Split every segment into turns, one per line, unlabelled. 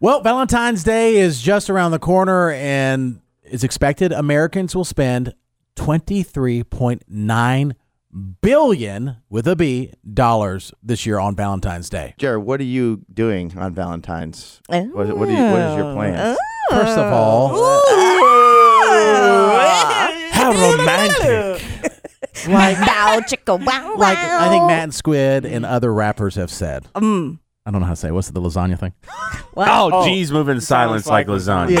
Well, Valentine's Day is just around the corner, and it's expected Americans will spend $23.9 billion with a B dollars this year on Valentine's Day.
Jared, what are you doing on Valentine's? What, what, are you, what is your plan?
First of all,
How romantic.
like,
Bow chicka wow
like I think
wow.
Matt and Squid and other rappers have said.
Mm.
I don't know how to say it. What's the lasagna thing?
Oh, geez, move in silence like lasagna.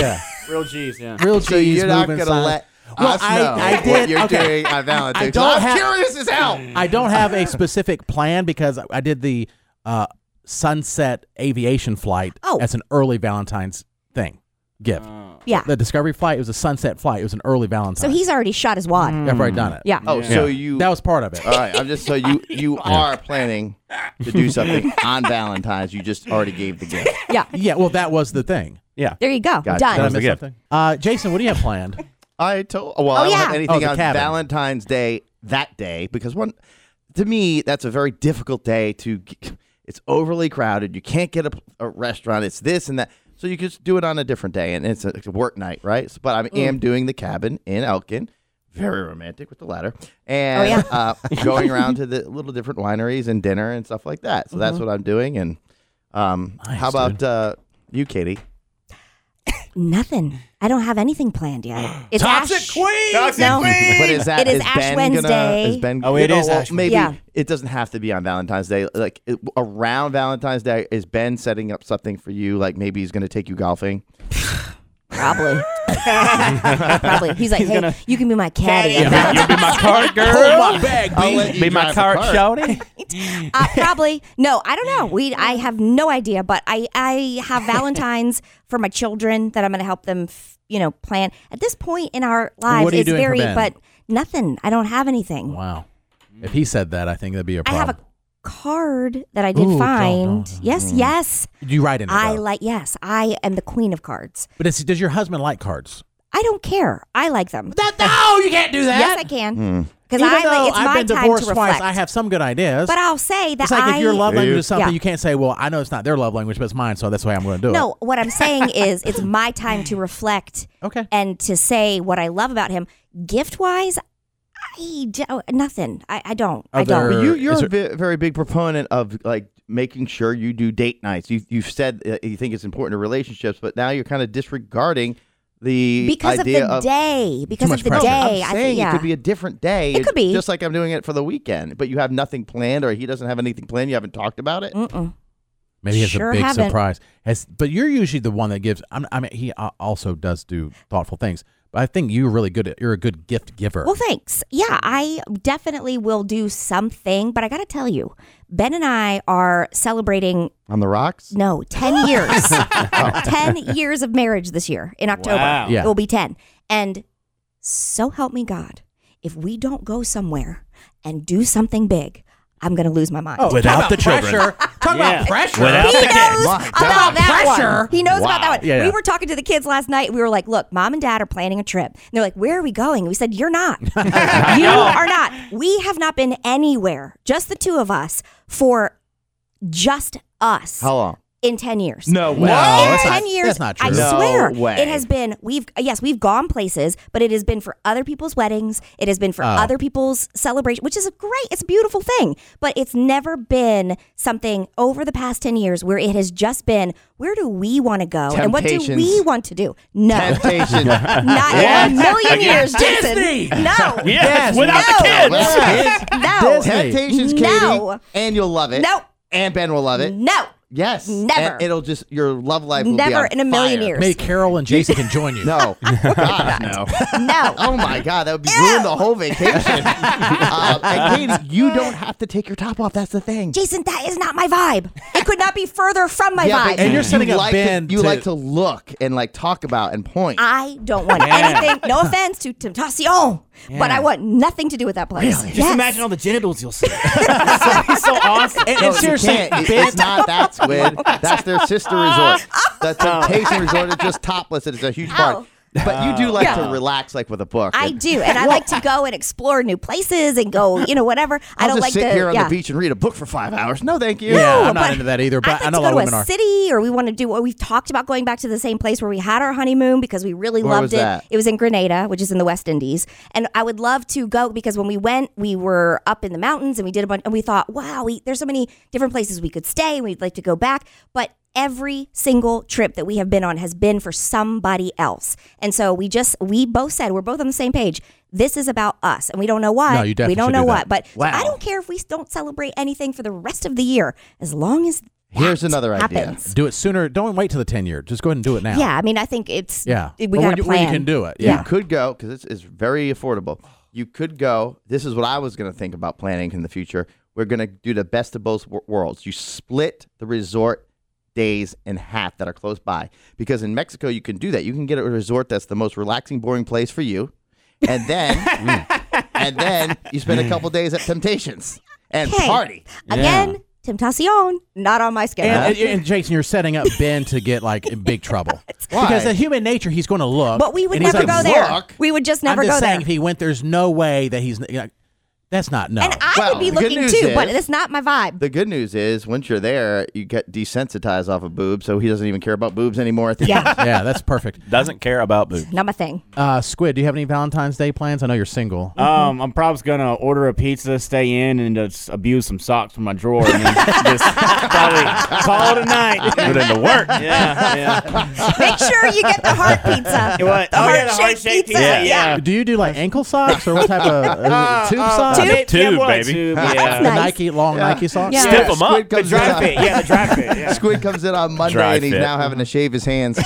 Yeah.
Real G's, yeah.
Real
So
cheese.
you're not
moving
gonna
sign.
let
Well,
us
I-
know
I
what
did-
you're
okay.
doing on Valentine's.
I don't
I'm
have-
curious as hell.
I don't have a specific plan because I did the uh, sunset aviation flight
Oh.
as an early Valentine's thing gift.
Yeah.
The Discovery flight it was a sunset flight. It was an early Valentine's.
So he's already shot his wad.
I've already done it.
Yeah.
Oh,
Yeah.
so you.
that was part of it.
all right, I'm just so you you are planning to do something on Valentine's. You just already gave the gift.
Yeah.
yeah. Well, that was the thing.
Yeah.
There you go.
Gotcha.
Done.
Did I
was the
miss
gift.
something? Uh, Jason, what do you have planned?
I told. Well, I don't
yeah.
have
Oh,
anything
the
on
cabin.
Valentine's Day that day because one, to me, that's a very difficult day to. g- It's overly crowded. You can't get a, a restaurant. It's this and that. So you could just do it on a different day, and it's a, it's a work night, right? So, but I
Mm.
am doing the cabin in Elkin. Very romantic with the ladder, and
Oh, yeah.
uh, going around to the little different wineries and dinner and stuff like that. So
Mm-hmm.
that's what I'm doing. And um, how
Nice,
about uh, you, Katie?
Nothing. I don't have anything planned yet. It's
Toxic
Ash.
Queen!
Toxic Queen.
But is that
It is Ash
Ben Gonna,
Wednesday.
is Ben?
Oh,
you
it
know,
is
well,
Ash
Maybe
Wednesday.
it doesn't have to be on Valentine's Day. Like it, around Valentine's Day, is Ben setting up something for you? Like maybe he's going to take you golfing.
Probably. Probably. He's like, hey, you can be my caddy.
You'll be- You'll be my card
Oh,
girl.
I'll let you
Be
drive
my
a
cart
cart.
shouty.
Uh, probably. No, I don't know. We I have no idea, but I I have Valentines for my children that I'm going to help them, f- you know, plan. At this point in our lives,
What are you
it's
doing for
very
Ben?
but nothing. I don't have anything.
wow. If he said that, I think that'd be a
I
problem.
have a card that I did
Ooh, don't-
find.
don't-
Yes, yes.
you write in it.
I
though.
like yes, I am the queen of cards.
but it's, does your husband like cards?
I don't care. I like them.
no, you can't do
Yes, I can. Because
Hmm. Even
I
though
like, it's
I've
my
been
time
divorced
to reflect.
twice, I have some good ideas.
but I'll say that
it's like
I
if your love language is something,
Yeah.
you can't say, "Well, I know it's not their love language, but it's mine, so that's the way I'm going to do it."
No, what I'm saying is it's my time to reflect
Okay.
and to say what I love about him. Gift wise, I do, nothing. I, I don't. I
Other-
don't.
But you,
Is
you're
there-
a vi- very big proponent of like making sure you do date nights. You, you've said uh, you think it's important to relationships, but now you're kind of disregarding the
Because of
idea
the day. Because
much
of the
pressure.
day.
I'm saying
I think, yeah.
it could be a different day.
It could be.
just like I'm doing it for the weekend, but you have nothing planned, or he doesn't have anything planned. You haven't talked about it.
Mm-mm.
Maybe it's
Sure
a big
haven't.
surprise. Has, but you're usually the one that gives. I'm, I mean, he uh, also does do thoughtful things, but I think you're really good. At, you're a good gift giver.
Well, thanks. Yeah, I definitely will do something, but I got to tell you, Ben and I are celebrating,
On the rocks.
no, 10 years. 10 years of marriage this year in October.
Wow.
Yeah.
It will be 10. And so help me God, if we don't go somewhere and do something big, I'm going to lose my mind.
Oh,
Without the children.
Talk
Yeah.
about pressure.
Without
He
the
knows
kids.
about
God.
that
Pressure.
one. He knows about that one.
Yeah, yeah.
We were talking to the kids last night. We were like, "Look, mom and dad are planning a trip." And they're like, "Where are we going?" We said, "You're not. you are not. We have not been anywhere. Just the two of us for just us
How long?
in ten years.
No
No,
in
that's
ten
not,
years,
That's not true.
I
No
swear,
way.
it has been. We've yes, we've gone places, but it has been for other people's weddings. It has been
Oh.
for other people's celebration, which is a great. It's a beautiful thing, but it's never been something over the past ten years where it has just been. Where do we want to go, and what do we
Temptations.
want to do? No,
Temptation.
not
Yes.
in a million years, Jason.
Disney.
No,
Yes, without the
No.
kids.
Yes.
no,
Disney.
Temptations, Katie.
No.
And you'll love it.
No.
And Ben will love it.
no,
Yes.
Never.
And it'll just your love life. Will be
Never
on
in a million
fire.
years.
Maybe Carol and Jason can join you.
No. God, no.
no.
Oh my God, that would be ruin the whole vacation. uh, and Katie, you don't have to take your top off. That's the thing.
Jason, that is not my vibe. It could not be further from my
yeah,
vibe.
but
And you're
you
setting up
like
Ben
To, you
to-
like to look and like talk about and point.
I don't want anything. No offense to Temptacion, but I want nothing to do with that place.
Just imagine all the genitals you'll see. it's so awesome.
And,
No,
and
you
seriously,
can't. It-
Ben,
it's not that squid. That's their sister resort. The temptation resort is just topless. and It's a huge
Ow.
party. But you do like
Oh. Yeah.
to relax, like with a book.
I
And
do, and I like to go and explore new places and go, you know, whatever. I
I'll
don't
just
like
sit
to
here on
yeah.
the beach and read a book for five hours. No, thank you.
Yeah,
No,
I'm not
but
into that either,
I'd
but
like
I know
to
a lot
go to
of women
a
are.
city, or we want to do. Or we've talked about going back to the same place where we had our honeymoon because we really
Where
loved
was
it.
that?
It was in Grenada, which is in the West Indies, and I would love to go because when we went, we were up in the mountains and we did a bunch, and we thought, wow, we, there's so many different places we could stay. We'd like to go back, but. Every single trip that we have been on has been for somebody else. And so we just, we both said, we're both on the same page. This is about us. And we don't know why.
No, you definitely
we don't
should
know
do that.
what. But so
Wow.
I don't care if we don't celebrate anything for the rest of the year, as long as
Here's another idea.
happens.
Do it sooner. Don't wait till the 10 year. Just go ahead and do it now.
Yeah, I mean, I think it's
Yeah.
We
Or
got
when
to
you, when
plan.
you can do it.
You
Yeah.
could go because it's, it's very affordable. You could go. This is what I was going to think about planning in the future. We're going to do the best of both wor- worlds. You split the resort days in half that are close by because in Mexico you can do that. You can get a resort that's the most relaxing, boring place for you, and then and then you spend a couple days at Temptations and
Hey,
party.
again. Temptacion, not on my schedule.
And, and, and Jason, you're setting up Ben to get like in big trouble
Why?
because in human nature he's going to look.
but we would
and he's
never go
like,
there.
"Look,
We would just never
I'm just
go
saying if
there.
he went, there's no way that he's. You know, that's not no.
and I
Well,
would be
the good
looking
news
too,
is-
but it's not my vibe.
The good news is once you're there, you get desensitized off of boobs, so he doesn't even care about boobs anymore. At the end.
yeah,
yeah, that's perfect.
Doesn't care about boobs.
not my thing.
Uh, Squid, do you have any Valentine's Day plans? I know you're single.
Um, I'm probably gonna order a pizza, stay in, and just abuse some socks from my drawer, and then just probably call it a night.
Put into work.
Yeah, yeah.
Make sure you get the heart pizza.
What?
The
Oh, yeah,
heart-shaped
the heart-shaped
pizza.
pizza,
Uh,
yeah.
do you do like ankle socks or what type of uh, tube socks?
Tube?
Yeah,
Tube,
boy,
baby.
tube,
That's
yeah.
The
nice.
Nike long Nike socks.
Yeah.
Stiff 'em up.
Squid
The
comes
dry
out-
fit, yeah, the dry fit, yeah.
Squid comes in on Monday
Dry
and he's
fit.
now having to shave his hands.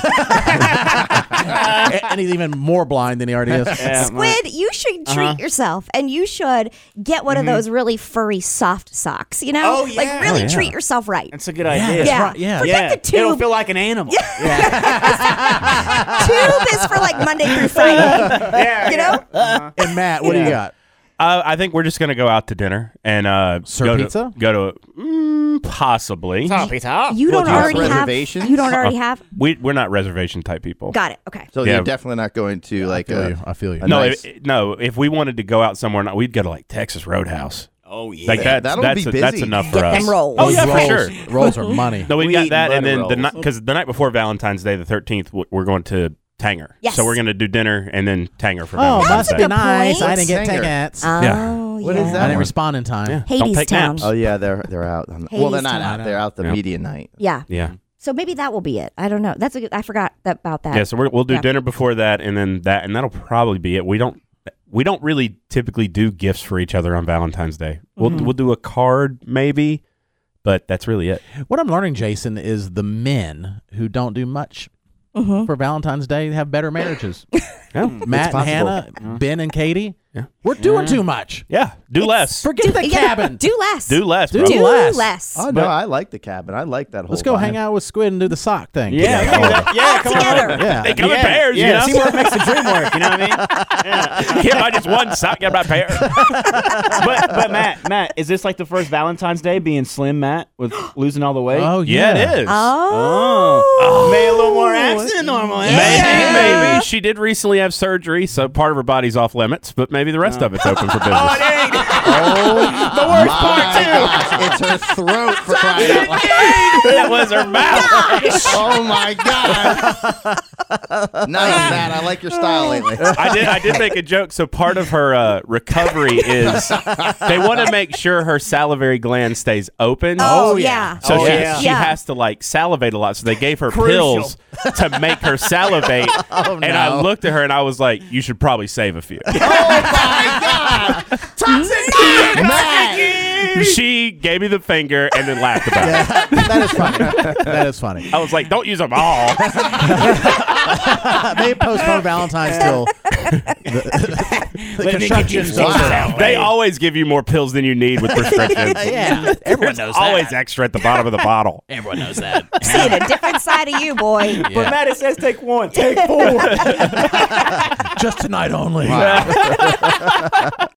A- and he's even more blind than he already is.
Yeah, my-
Squid, you should
Uh-huh.
treat yourself and you should get one of those really furry soft socks, you know?
Oh,
Like
yeah.
really
Mm-hmm. Oh, yeah.
treat yourself right.
That's a good idea.
that's right, yeah.
Forget
Yeah.
the tube.
It'll feel like an animal. Yeah.
tube is for like Monday through Friday.
yeah.
You know?
And Matt, what do you got?
Uh, I think we're just gonna go out to dinner and uh,
Sir
go
Pizza?
To, go to mm, possibly.
Toppy top.
You
Well,
don't
do you have
already have.
reservations?
You don't already have.
We we're not reservation type people.
Got it. Okay.
So
Yeah.
you're definitely not going to like uh,
feel
a,
you. I feel you.
a
no,
nice-
if, no. If we wanted to go out somewhere, not, we'd go to like Texas Roadhouse.
Oh yeah.
Like that.
that'll
that's
be
that's
busy.
enough for
Get
us.
them rolls.
Oh yeah,
rolls,
for sure.
Rolls are money.
No, we've
We
got
eat
that, and
butter
then the night
rolls.
because the night before Valentine's Day, the thirteenth, we're going to Tanger.
Yes.
So we're going to do dinner and then Tanger for
Oh,
Valentine's
must
Day.
be
good
nice.
point.
I didn't get
Singer.
tickets.
Yeah.
Oh,
What is
I
that
didn't
one?
respond in time.
Yeah.
Hades
Don't take
Town.
naps.
Oh yeah, they're they're out. on- well, they're
Hades
not
time.
out. They're out the
Yeah.
media night.
Yeah.
Yeah.
So maybe that will be it. I don't know. That's a good, I forgot that, about that.
Yeah. So we're, we'll do
Yeah.
dinner before that, and then that, and that'll probably be it. We don't we don't really typically do gifts for each other on Valentine's Day. We'll
Mm-hmm.
we'll do a card maybe, but that's really it.
What I'm learning, Jason, is the men who don't do much for Valentine's Day have better marriages.
Mm.
Yeah.
Matt and
possible.
Hannah, Ben and Katie,
Yeah.
we're doing too much.
Yeah. Do less.
Forget the
Yeah,
cabin.
Do less.
do less.
Do
bro.
Do
less.
less.
Oh no, I like the cabin. I like that whole.
Let's go hang out with Squid and do the sock thing.
Yeah.
together.
Yeah. yeah come
Together.
on.
Yeah.
They come in
Yeah,
pairs,
yeah.
you know.
Teamwork makes the dream work. You know what I mean?
Can't buy just one sock, gotta buy a pair.
but but Matt, Matt, is this like the first Valentine's Day being slim, Matt, with losing all the weight?
Oh yeah,
Yeah, it is.
Oh.
May a little more abs than normal. eh?
Maybe,
Yeah.
maybe. She did recently have surgery, so part of her body's off limits, but maybe the
Oh.
rest of it's open for business.
the worst part too. it's her throat for crying out loud.
that was her mouth.
Oh my god. nice, Matt. I like your style lately.
I did. I did make a joke. So part of her uh, recovery is they want to make sure her salivary gland stays open.
Oh, yeah.
So
Oh,
she,
yeah.
she
Yeah.
has to like salivate a lot. So they gave her
Crucial.
pills to make her salivate. and I
no.
looked at her and I was like, "You should probably save a few."
Mm-hmm.
she gave me the finger and then laughed about it.
that is funny. that is funny.
I was like, "Don't use them all."
Uh, They postpone Valentine's till
Let me get you
construction's
some
over.
salad.
They always give you more pills than you need with prescriptions.
yeah.
Everyone knows always extra at the bottom of the bottle.
Everyone knows that.
Seeing a different side of you, boy.
But Matt, it says take one, take four.
Just tonight only.